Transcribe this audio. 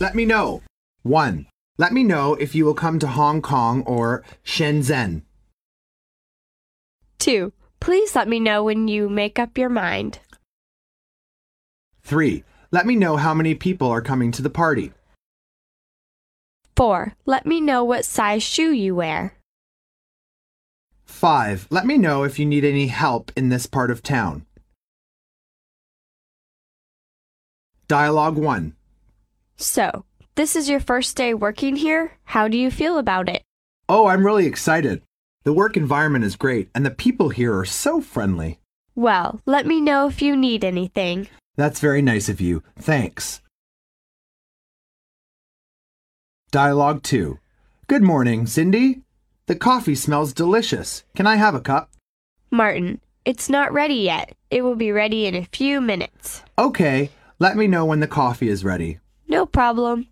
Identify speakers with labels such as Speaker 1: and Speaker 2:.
Speaker 1: Let me know. One, let me know if you will come to Hong Kong or Shenzhen.
Speaker 2: 2. Please let me know when you make up your mind.
Speaker 1: Three, let me know how many people are coming to the party.
Speaker 2: 4. Let me know what size shoe you wear.
Speaker 1: Five, let me know if you need any help in this part of town. Dialogue 1.
Speaker 2: So, this is your first day working here. How do you feel about it?
Speaker 1: Oh, I'm really excited. The work environment is great, and the people here are so friendly.
Speaker 2: Well, let me know if you need anything.
Speaker 1: That's very nice of you. Thanks. Dialogue 2. Good morning, Cindy. The coffee smells delicious. Can I have a cup?
Speaker 2: Martin, it's not ready yet. It will be ready in a few minutes.
Speaker 1: Okay, let me know when the coffee is ready.
Speaker 2: No problem.